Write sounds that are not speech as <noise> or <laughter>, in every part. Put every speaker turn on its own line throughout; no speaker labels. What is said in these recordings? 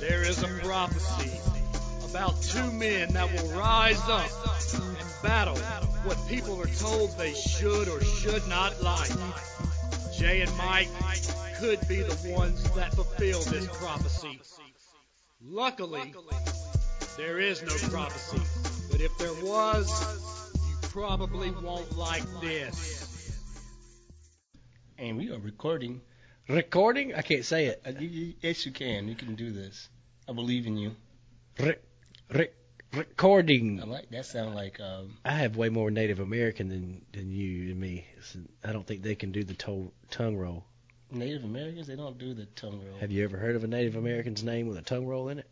There is a prophecy about two men that will rise up and battle what people are told they should or should not like. Jay and Mike could be the ones that fulfill this prophecy. Luckily, there is no prophecy, but if there was, you probably won't like this.
And we are recording. Recording? I can't say it. Uh, you- you- Yes, you can. You can do this. I believe in you.
Re- re-
I
recording.
like that. Sound like um,
I have way more Native American than, than you and me. It's- I don't think they can do the to- tongue roll.
Native Americans. They don't do the tongue roll.
Have you ever heard of a Native American's name with a tongue roll in it?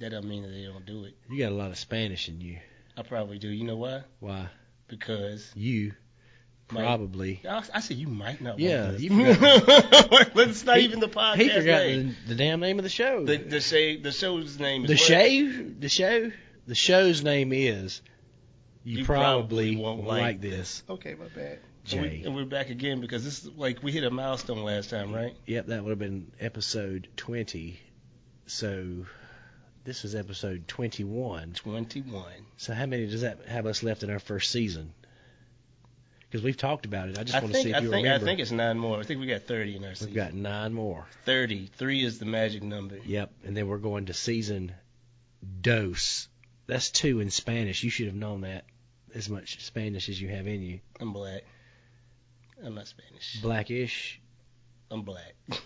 That don't mean that they don't do it.
You got a lot of Spanish in you.
I probably do. You know why?
Why?
Because
You
Mike-
probably.
I, I said you might not.
Yeah,
Want this. <laughs>
you forgot.
it's not
He-
even the podcast
He forgot
name.
the, the damn name of the show.
Uh, The the, shade, the show's name is
The
what?
show, the show, the show's name is. You,
You
probably,
probably won't
won't
like
like, this,
Okay, my bad. And, we,
Jay.
and we're back again because this is like we hit a milestone last time, right?
Yep, that would have been episode twenty. So, this is episode twenty-one.
Twenty-one.
So, how many does that have us left in our first season? Because we've talked about it. I just
I
want
think
to see if
I
you
think
remember.
I think it's nine more. I think we got thirty in our
We've
season.
got nine more.
thirty. Three is the magic number.
Yep, and then we're going to season dos. That's two in Spanish. You should have known that as much Spanish as you have in you.
I'm black. I'm not Spanish.
Blackish.
I'm black. <laughs>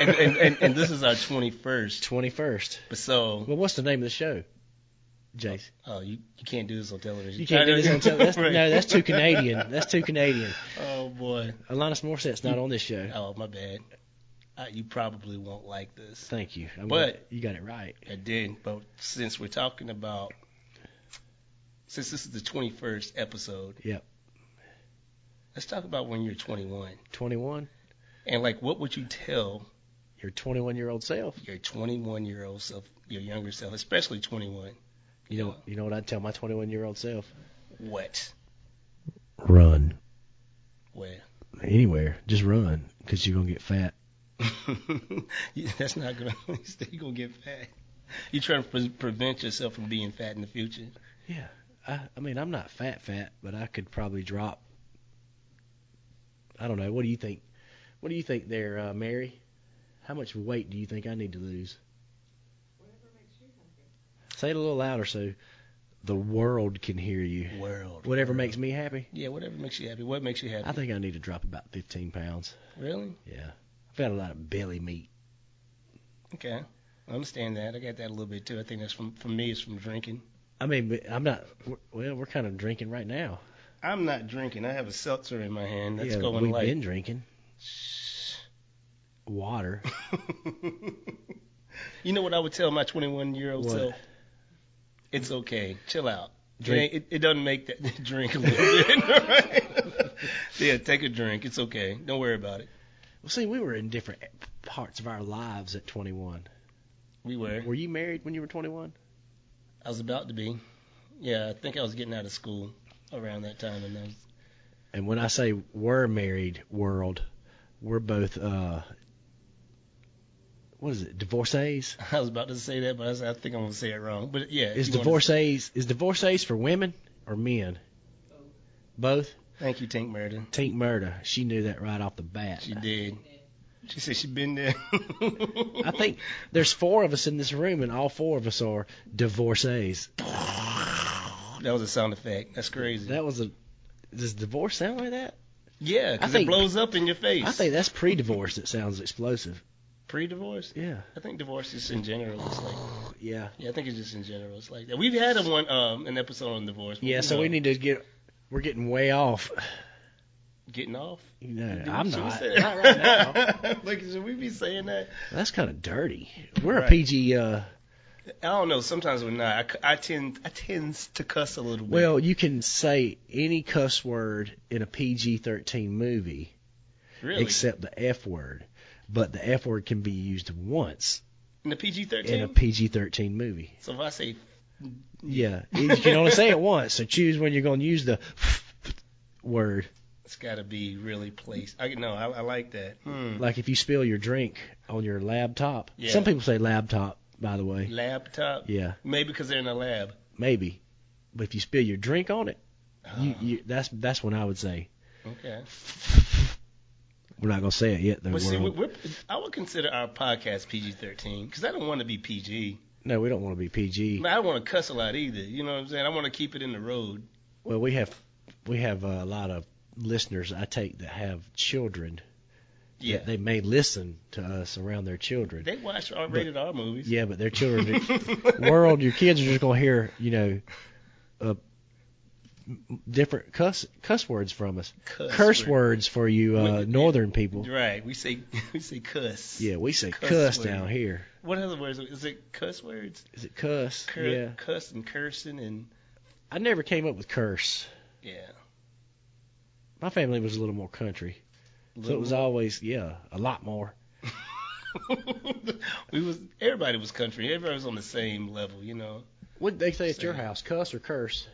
and, and, and and this is our twenty first.
Twenty first.
But so
Well, what's the name of the show, Jace?
oh you, you can't do this on television.
You can't do
<laughs>
this on television.
Right.
No,
<laughs>
that's too Canadian. That's too Canadian.
Oh boy.
Alanis Morissette's not on this show.
Oh my bad. I, you probably won't like this.
Thank you. I'm
But-
glad you got it right.
I did, but since we're talking about, since this is the 21st episode,
Yep.
let's talk about when you're 21
21.
and like what would you tell
Your 21 year old self.
your 21 year old self, your younger self, especially 21,
You know. You know what I'd tell my 21 year old self?
what?
Run
Where? <laughs>
anywhere. Just run, because you're gonna get fat.
You- That's not gonna. <laughs> You're gonna get fat. You're trying to pre- prevent yourself from being fat in the future.
Yeah. I, I mean, I'm not fat, fat, but I could probably drop. I don't know. What do you think? What do you think there, uh, Mary? How much weight do you think I need to lose? Say it a little louder so the world can hear you.
World.
Whatever makes me happy.
Yeah, whatever makes you happy. What makes you happy?
I think I need to drop about 15 pounds.
really?
Yeah. I've had a lot of belly meat.
Okay. I understand that. I got that a little bit too. I think that's from for me. It's from drinking.
I mean, but I'm not. we're- Well, we're kind of drinking right now.
I'm not drinking. I have a seltzer in my hand. That's
yeah,
going
we've
like.
been drinking water.
<laughs> you know what I would tell my 21 year old
What?
self? It's okay. Chill out.
Drink.
Drink. It, it doesn't make that <laughs> drink a little bit. <laughs> right? yeah, take a drink. It's okay. Don't worry about it.
Well, see, we were in different parts of our lives at 21.
We were.
Were you married when you were 21?
I was about to be. Yeah, I think I was getting out of school around that time, and I was, <laughs>
And when I say we're married, world, we're both uh, what is it? Divorcees?
I was about to say that, but I, was, I think I'm gonna say it wrong. But yeah,
Is
you wanna-
divorcees is divorcees for women or men? Both.
Thank you, Tank Murder.
Tink Murda, she knew that right off the bat.
She did. She said she been there.
I think there's four of us in this room, and all four of us are divorcees.
<laughs> that was a sound effect. That's crazy.
That was a. Does divorce sound like that?
yeah,
I
because
think-
it blows up in your face.
I think that's pre-divorce. That sounds explosive.
pre-divorce.
Yeah.
I think divorce is in general. It's like
Yeah.
yeah, I think it's just in general. It's like that. We've had a one um an episode on divorce. but
Yeah, so we
know,
need to get. We're getting way off.
getting off.
No,
Did we-
I'm
should we
not.
say-
Not right now.
<laughs> like should we be saying that?
<laughs> That's kind of dirty. We're a
Right.
PG. Uh,
I don't know. Sometimes we're not. I c- I, tend I tend to cuss a little bit.
well, you can say any cuss word in a PG-13 movie
really,
except the F word, but the F word can be used once
in the PG
in a
thirteen.
PG-13 movie.
So if I say
Yeah, you can only say it once. So choose when you're going to use the word.
It's got to be really placed. I no, I, I like that. Hmm.
Like if you spill your drink on your laptop.
Yeah.
Some people say laptop, by the way.
Laptop.
Yeah,
Maybe because they're in a lab.
maybe. But if you spill your drink on it, you,
Ah,
you, that's that's when I would say.
okay.
We're not gonna say it yet, though.
But see,
world.
we're, we're, I would consider our podcast PG-13 because I don't want to be PG.
no, we don't want to be PG.
But I don't want to cuss a lot either. You know what I'm saying? I want to keep it in the road.
Well, we have we have a lot of listeners I take that have children. that
Yeah.
they may listen to us around their children.
They watch R-rated R movies.
yeah, but their children,
<laughs>
world, your kids are just gonna hear you know, uh, m- different cuss cuss words from us.
Cuss
Curse
word.
words for you uh,
Wait,
northern people.
Right. We say <laughs> we say cuss.
Yeah, we say
Cuss
cuss
word.
down here.
What other words? Is it cuss words?
Is it cuss?
Cur-
yeah,
Cuss and cursing and
I never came up with curse.
yeah.
My family was a little more country, so it was always yeah, a lot more.
<laughs> we was everybody was country. Everybody was on the same level. You know.
What they say at your
Same.
house, cuss or curse?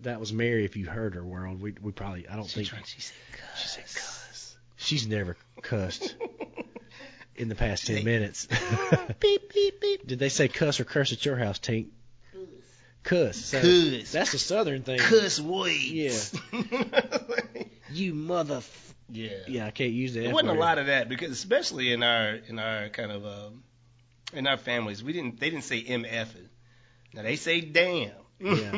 That was Mary. If you heard her, world, we we probably I don't
She
think
tried. She said cuss. She said cuss.
she's never cussed
<laughs>
in the past ten
She-
minutes. <laughs>
beep beep beep.
Did they say cuss or curse at your house, Tink? Cuss. So
Cuss.
That's a southern thing.
Cuss
<laughs>
words. Yeah.
You mother.
yeah.
Yeah, I can't use that.
There wasn't a lot of that because especially in our in our kind of um, in our families we didn't they didn't say mf. Now they say damn. <laughs>
Yeah.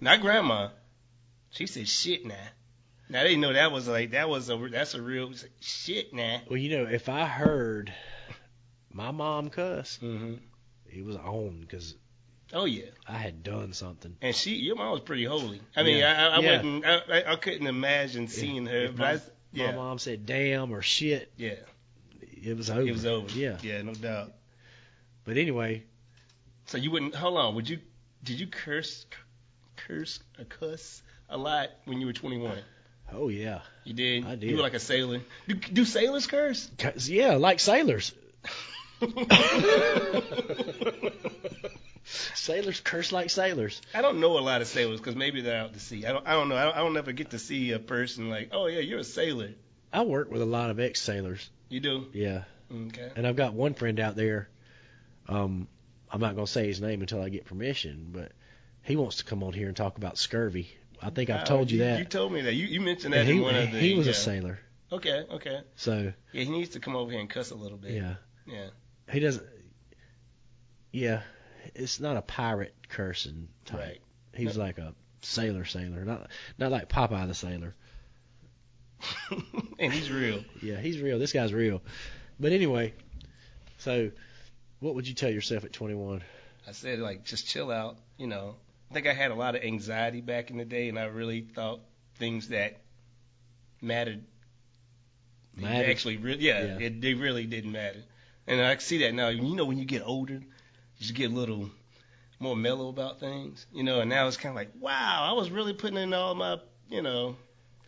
Not grandma. She said shit now. Now they know that was like that was a that's a real shit now.
Well, you know, if I heard my mom cuss,
Mm-hmm.
it was on because
Oh yeah.
I had done something.
And she, your mom was pretty holy. I mean,
Yeah.
I, I, I
Yeah.
wouldn't, I, I, I couldn't imagine seeing her.
If
but
my-
I, yeah,
My mom said "damn" or "shit."
yeah,
It was over.
it was over.
Yeah.
yeah, no doubt.
But anyway,
So you wouldn't. Hold on. Would you? Did you curse, curse or cuss a lot when you were 21?
oh yeah,
You did.
I
You
did.
were like a sailor. Do, do sailors curse?
'Cause- yeah,
<laughs>
like sailors. Sailors curse like sailors.
I don't know a lot of sailors because maybe they're out to sea. I don't. I don't know. I don't, I don't ever get to see a person like, oh yeah, you're a sailor.
I work with a lot of ex-sailors.
You do.
Yeah,
Okay.
and I've got one friend out there. Um, I'm not gonna say his name until I get permission, but he wants to come on here and talk about scurvy. I think I've
Oh,
told you that.
You told me that. You, you mentioned that
And he,
in one of the. uh,
he was
yeah.
a sailor,
Okay. Okay.
so
Yeah, he needs to come over here and cuss a little bit.
yeah,
Yeah.
he doesn't. Yeah, it's not a pirate cursing type.
Right. <laughs>
He was like a sailor, sailor, not not like Popeye the sailor.
and he's real.
Yeah, he's real. This guy's real. But anyway, so what would you tell yourself at 21?
I said like just chill out, you know. I think I had a lot of anxiety back in the day and I really thought things that mattered they
Mattered.
actually really yeah,
Yeah.
It, they really didn't matter. And I see that now. You know when you get older, you just get a little more mellow about things, you know, and now it's kind of like, wow, I was really putting in all my, you know,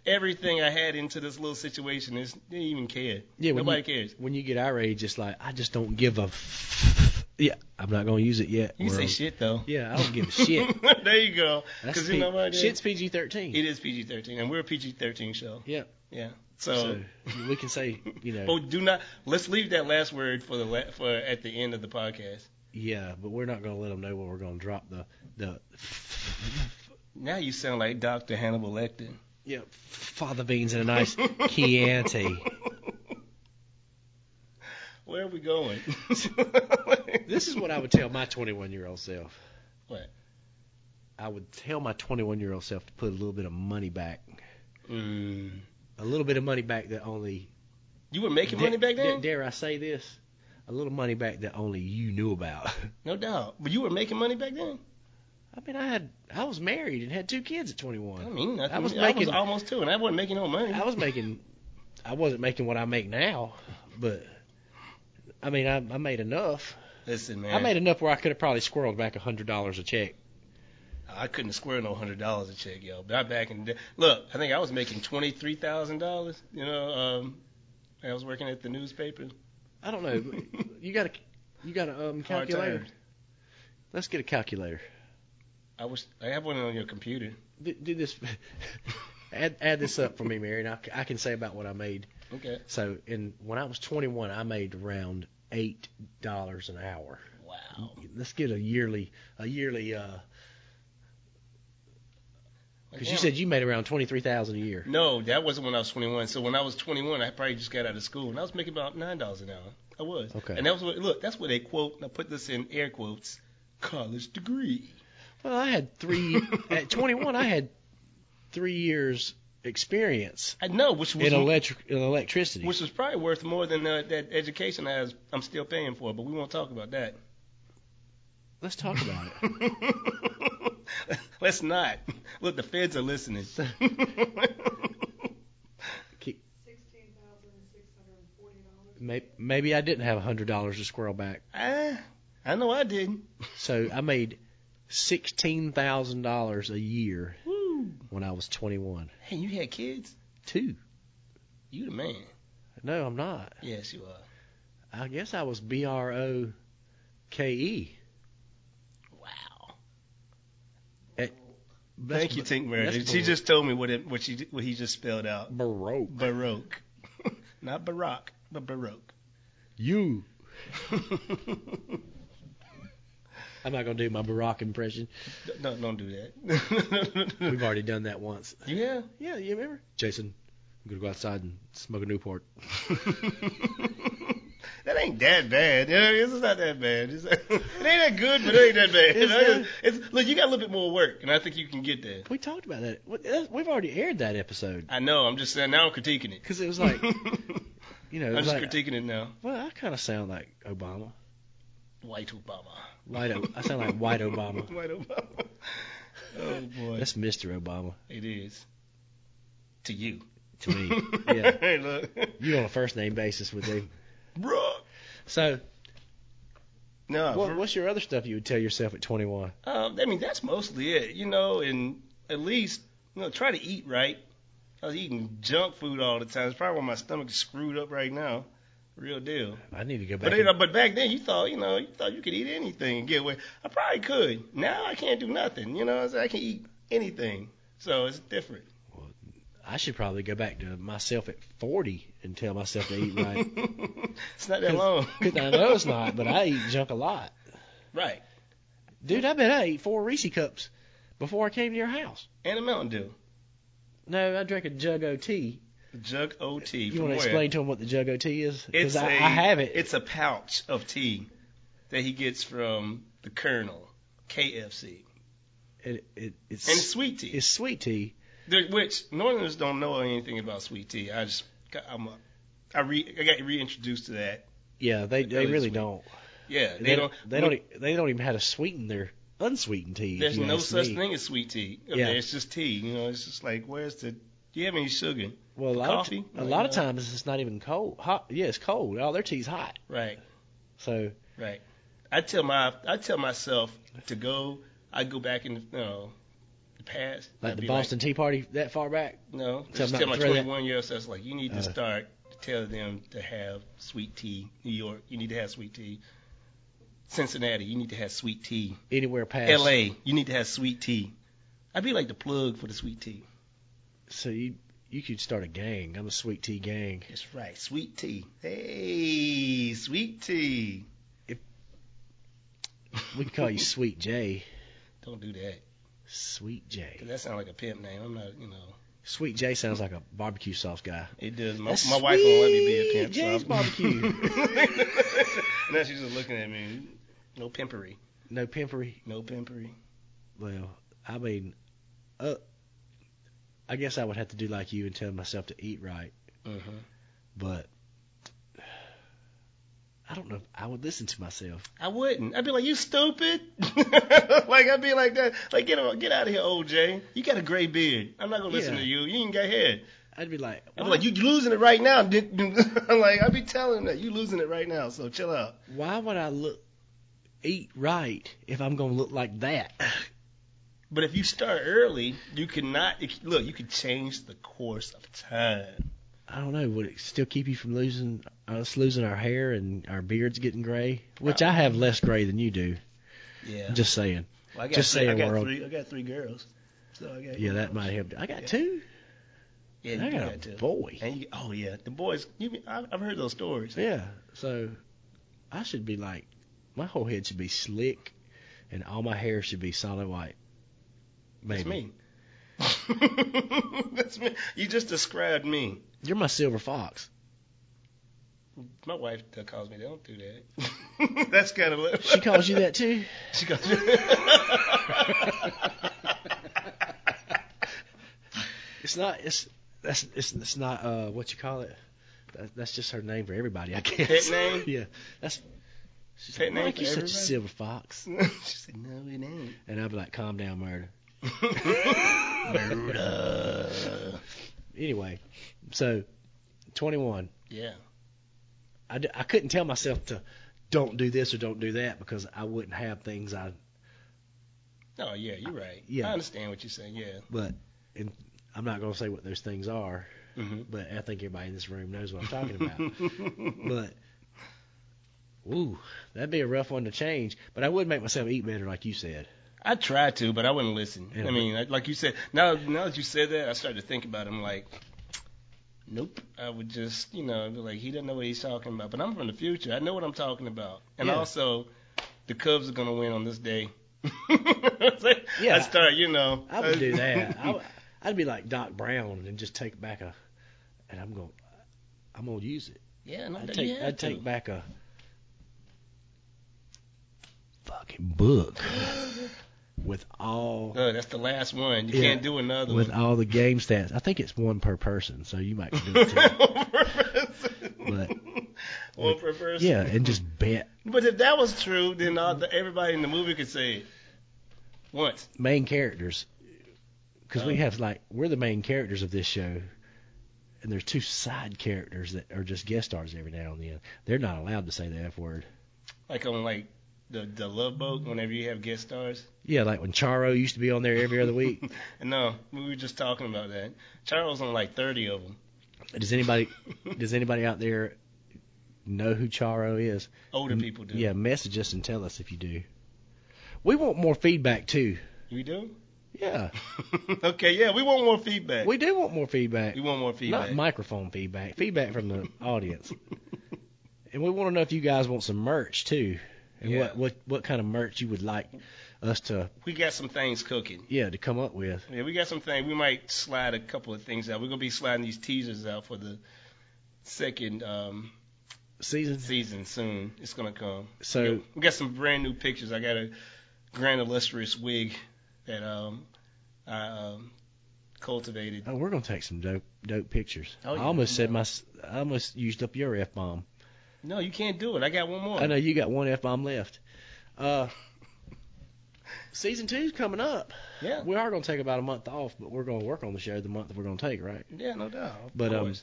everything I had into this little situation. It's, they didn't even care.
Yeah, when
Nobody
you,
cares.
When you get our age, it's like I just don't give a. F- yeah, I'm not gonna use it yet.
You say
world.
shit though.
Yeah, I don't give a
<laughs>
shit.
there you go.
That's
'Cause you know what it is?
shit's PG-13.
It is PG thirteen, and we're a PG thirteen show.
Yeah.
Yeah.
So
So,
we can say, you know,
<laughs> oh, do not. Let's leave that last word for the la- for at the end of the podcast.
yeah, but we're not gonna let them know when we're gonna drop the the.
Now you sound like Doctor Hannibal Lecter.
Yeah, father beans and
<laughs>
a nice Chianti.
Where are we going?
<laughs> This is what I would tell my 21 year old self.
What?
I would tell my 21 year old self to put a little bit of money back.
Mm.
A little bit of money back that only.
You were making money back
Dare-
then,
Dare I say this? A little money back that only you knew about. <laughs>
no doubt. But you were making money back then.
I mean, I had I was married and had two kids at 21.
I mean, nothing.
I was
I was
making-
almost two, and I wasn't making no money.
I was making, I wasn't making what I make now, but I mean, I, I made enough.
Listen, man,
I made enough where I could have probably squirreled back a hundred dollars a check.
I couldn't square no hundred dollars a check, yo. But I back in the day, look, I think I was making twenty three thousand dollars. You know, um, I was working at the newspaper.
I
<laughs>
don't know. you got a you got a um,
Hard
calculator?
times.
Let's get a calculator.
I was I have one on your computer.
Do, do this. <laughs> add add this up for me, Mary, and I, c- I can say about what I made.
Okay.
So, in when I was 21, I made around eight dollars an hour.
Wow.
Let's get a yearly a yearly uh
Like,
because you
wow.
said you made around twenty three thousand a year.
No, that wasn't when I was 21. So when I was 21, I probably just got out of school, and I was making about nine dollars an hour. I was.
Okay.
And that was what. Look, that's what they quote. And I put this in air quotes. College degree.
Well, I had
<laughs>
three at 21. I had three years experience
I know, which was
in electric in electricity.
which was probably worth more than uh, that education I was, I'm still paying for. But we won't talk about that.
Let's talk about it.
<laughs> Let's not. Look, the feds are
<laughs>
listening.
sixteen thousand six hundred and forty dollars.
Maybe, maybe I didn't have hundred dollars to squirrel back,
I, I know I didn't.
so I made sixteen thousand dollars a year
Woo.
when I was 21.
Hey, you had kids?
Two?
You the man.
No, I'm not.
Yes, you are.
I guess I was B R O K E.
Wow.
That's
Thank you, Tink Meredith.
that's
She
bar-
just told me what it, what she what he just spelled out.
Baroque.
Baroque, <laughs> not Baroque, but Baroque. <laughs>
You. I'm not gonna do my Barack impression.
no, don't do that.
We've already done that once.
<laughs> yeah.
Yeah, you remember? Jason, I'm gonna go outside and smoke a Newport.
<laughs> that ain't that bad. You know, It's not that bad. It's, <laughs> it ain't that good, but it ain't that bad.
It's not-
It's- look, you got a little bit more work, and I think you can get there.
We talked about that. What- that- We've already aired that episode
I know. I'm just saying. Now I'm critiquing it.
because it was
<laughs>
like, you know,
I'm
it was
just
like,
critiquing it now.
well, I kind of sound like Obama.
White Obama.
White, O- I sound like White Obama.
<laughs> White Obama. Oh boy.
That's Mr. Obama
It is. To you. <laughs>
to me. Yeah,
hey, look.
you on a first name basis with him.
Bro.
So,
No.
what,
Uh, for-
what's your other stuff you would tell yourself at 21?
um, I mean, that's mostly it, you know, and at least, you know, try to eat right. I was eating junk food all the time. It's probably why my stomach is screwed up right now. Real deal.
I need to go back.
But,
and-
you know, but back then, you thought, you know, you thought you could eat anything and get away. I probably could. Now I can't do nothing. You know, I can eat anything. So it's different.
I should probably go back to myself at 40 and tell myself to
<laughs>
eat right.
it's not that long.
Because <laughs> I know it's not, but I eat junk a lot.
Right.
Dude, I bet I ate four Reese cups before I came to your house.
And a Mountain Dew.
No, I drank a jug O tea.
Jug O T.
You
from
want to
where?
explain to them what the jug O tea is?
It's
Because I,
a-
I have it.
It's a pouch of tea that he gets from the Colonel, KFC,
it, it, it's,
and it's sweet tea,
it's sweet tea.
The- which Northerners don't know anything about sweet tea. I just got- I'm a, I re I got reintroduced to that.
Yeah, they
It's
they
really
really
sweet.
don't.
Yeah,
They, don't. They don't. e- They don't even have to sweeten their unsweetened tea. if
There's
you
no
ask
such
me.
thing as sweet tea. up
Yeah.
there. it's just tea. You know, it's just like where's the? Do you have any sugar?
Well, a lot
coffee?
of t- a
Like,
lot of
no.
times it's not even cold. Hot. Yeah, it's cold. All their tea's hot.
Right,
So
right. I tell my I tell myself to go. I go back in you know, the past.
like
I'd
the
be
Boston Tea Party that far back.
No,
So I'm
just
not
tell my
throwing that-
21 year old self, like, you need to
Uh.
start to tell them to have sweet tea. New York, you need to have sweet tea. Cincinnati, you need to have sweet tea.
Anywhere past
L.A., you need to have sweet tea. I'd be like the plug for the sweet tea.
So you you could start a gang. I'm a sweet tea gang.
That's right, sweet tea. Hey, sweet tea.
We can call you Sweet J.
Don't do that.
Sweet
'cause
J.
that sounds like a pimp name. I'm not, you know.
Sweet J sounds like a barbecue sauce guy.
It does. My,
That's
my wife won't let me be a pimp.
sweet
so
Jay's
I'm-
barbecue.
<laughs> now she's just looking at me. No pimpery.
No pimpery.
No pimpery.
Well, I mean, uh, I guess I would have to do like you and tell myself to eat right,
Mm-hmm.
but <sighs> I don't know. if I would listen to myself.
I wouldn't. I'd be like, "You stupid!" <laughs> like I'd be like that. Like get out, get out of here, OJ. You got a gray beard. I'm not gonna listen
Yeah.
to you. You ain't got hair.
I'd be like,
I'd
why,
be like, "You losing it right now." <laughs> I'm like, I'd be telling him that you losing it right now. So chill out.
why would I look eat right if I'm gonna look like that?
But if you start early, you cannot look. You can change the course of time.
I don't know. Would it still keep you from losing us losing our hair and our beards getting gray? Which I have less gray than you do.
Yeah.
Just saying.
well, I got
just
three, I
saying,
got
world.
three. I got three girls. So I got
Yeah, that might help. I got
Yeah.
two.
Yeah,
I
you do
got a
that too.
boy.
And you, oh yeah, the boys. You, I, I've heard those stories.
Yeah. So I should be like, my whole head should be slick, and all my hair should be solid white. Maybe.
That's me. <laughs> That's me. You just described me.
You're my silver fox.
My wife that calls me. They don't do that. <laughs> That's kind of.
She calls you that too.
She goes.
It's not. It's that's. It's, it's not. Uh, what you call it? That, that's just her name for everybody, I guess.
Pet name?
<laughs> yeah. That's. She's
Pet
like,
name
Mike,
for
you're such a
everybody?
silver
<laughs>
fox,
she said, "No, it ain't." <laughs>
and I'd be like, calm down, murder. uh.
Murder.
Anyway, so 21.
Yeah.
I, d- I couldn't tell myself to don't do this or don't do that because I wouldn't have things I
Oh yeah, you're right.
Yeah.
I understand what you're saying. Yeah.
but and I'm not going to say what those things are
Mm-hmm.
but I think everybody in this room knows what I'm talking
<laughs>
about but ooh that'd be a rough one to change but I would make myself eat better like you said
I tried to, but I wouldn't listen.
Yeah.
I mean, like- like you said, now now that you said that, I started to think about it. I'm like, nope. I would just, you know, be like he doesn't know what he's talking about. But I'm from the future. I know what I'm talking about. And
Yeah.
also, the Cubs are gonna win on this day. <laughs> It's like,
Yeah.
I start, you know.
I would do that
<laughs>
I w- I'd be like Doc Brown and just take back a and I'm going I'm going to use it
yeah, no,
I'd
you
take
have
I'd
to.
take back a fucking book with all
Oh, that's the last one. You
Yeah.
can't do another
with
one.
all the game stats. I think it's one per person, so you might do
<laughs>
it too. But-
one per person.
yeah, and just bet
But if that was true, then all the, everybody in the movie could say it once.
main characters because we
Oh.
have like we're the main characters of this show, and there's two side characters that are just guest stars every now and then. They're not allowed to say the f word.
Like on like the the Love Boat, whenever you have guest stars.
Yeah, like when Charo used to be on there every
<laughs>
other week.
no, we were just talking about that. Charles on like thirty of them.
does anybody <laughs> does anybody out there know who Charo is?
Older people do.
Yeah, message us and tell us if you do. We want more feedback too.
You
<laughs>
do?
Yeah,
okay, yeah, we want more feedback.
we do want more feedback.
We want more feedback.
Not microphone feedback, feedback from the audience. And we want to know if you guys want some merch too, and
Yeah.
what, what what kind of merch you would like us to
<laughs> we got some things cooking.
yeah to come up with.
Yeah, we got some things. We might slide a couple of things out. We're gonna be sliding these teasers out for the second um,
Season
season soon. It's gonna come.
so
Yeah, we got some brand new pictures. I got a grand illustrious wig that um I um cultivated.
oh, we're gonna take some dope dope pictures.
Oh, yeah.
I almost said my s- I almost used up your f bomb.
No, you can't do it. I got one more.
I know you got one f bomb left. Uh, season two's coming up.
Yeah.
We are gonna take about a month off, but we're gonna work on the show the month we're gonna take, right?
Yeah, no doubt. Of
But, um,
course.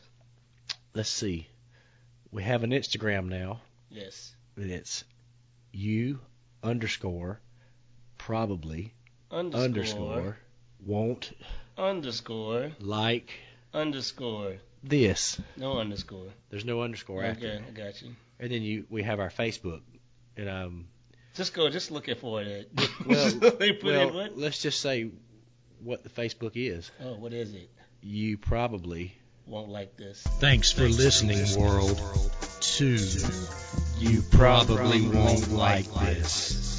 Let's see. We have an Instagram now.
yes.
And it's you underscore probably
Underscore,
underscore won't
underscore
like
underscore.
this.
No underscore.
There's no underscore after.
Okay,
it.
I got you.
And then you we have our Facebook. And um
Just go. Just looking for it.
<laughs> Well,
<laughs> they put
well,
in what?
let's just say what the Facebook is.
Oh, what is it?
You probably
Won't like this.
Thanks for listening world to You probably won't like this.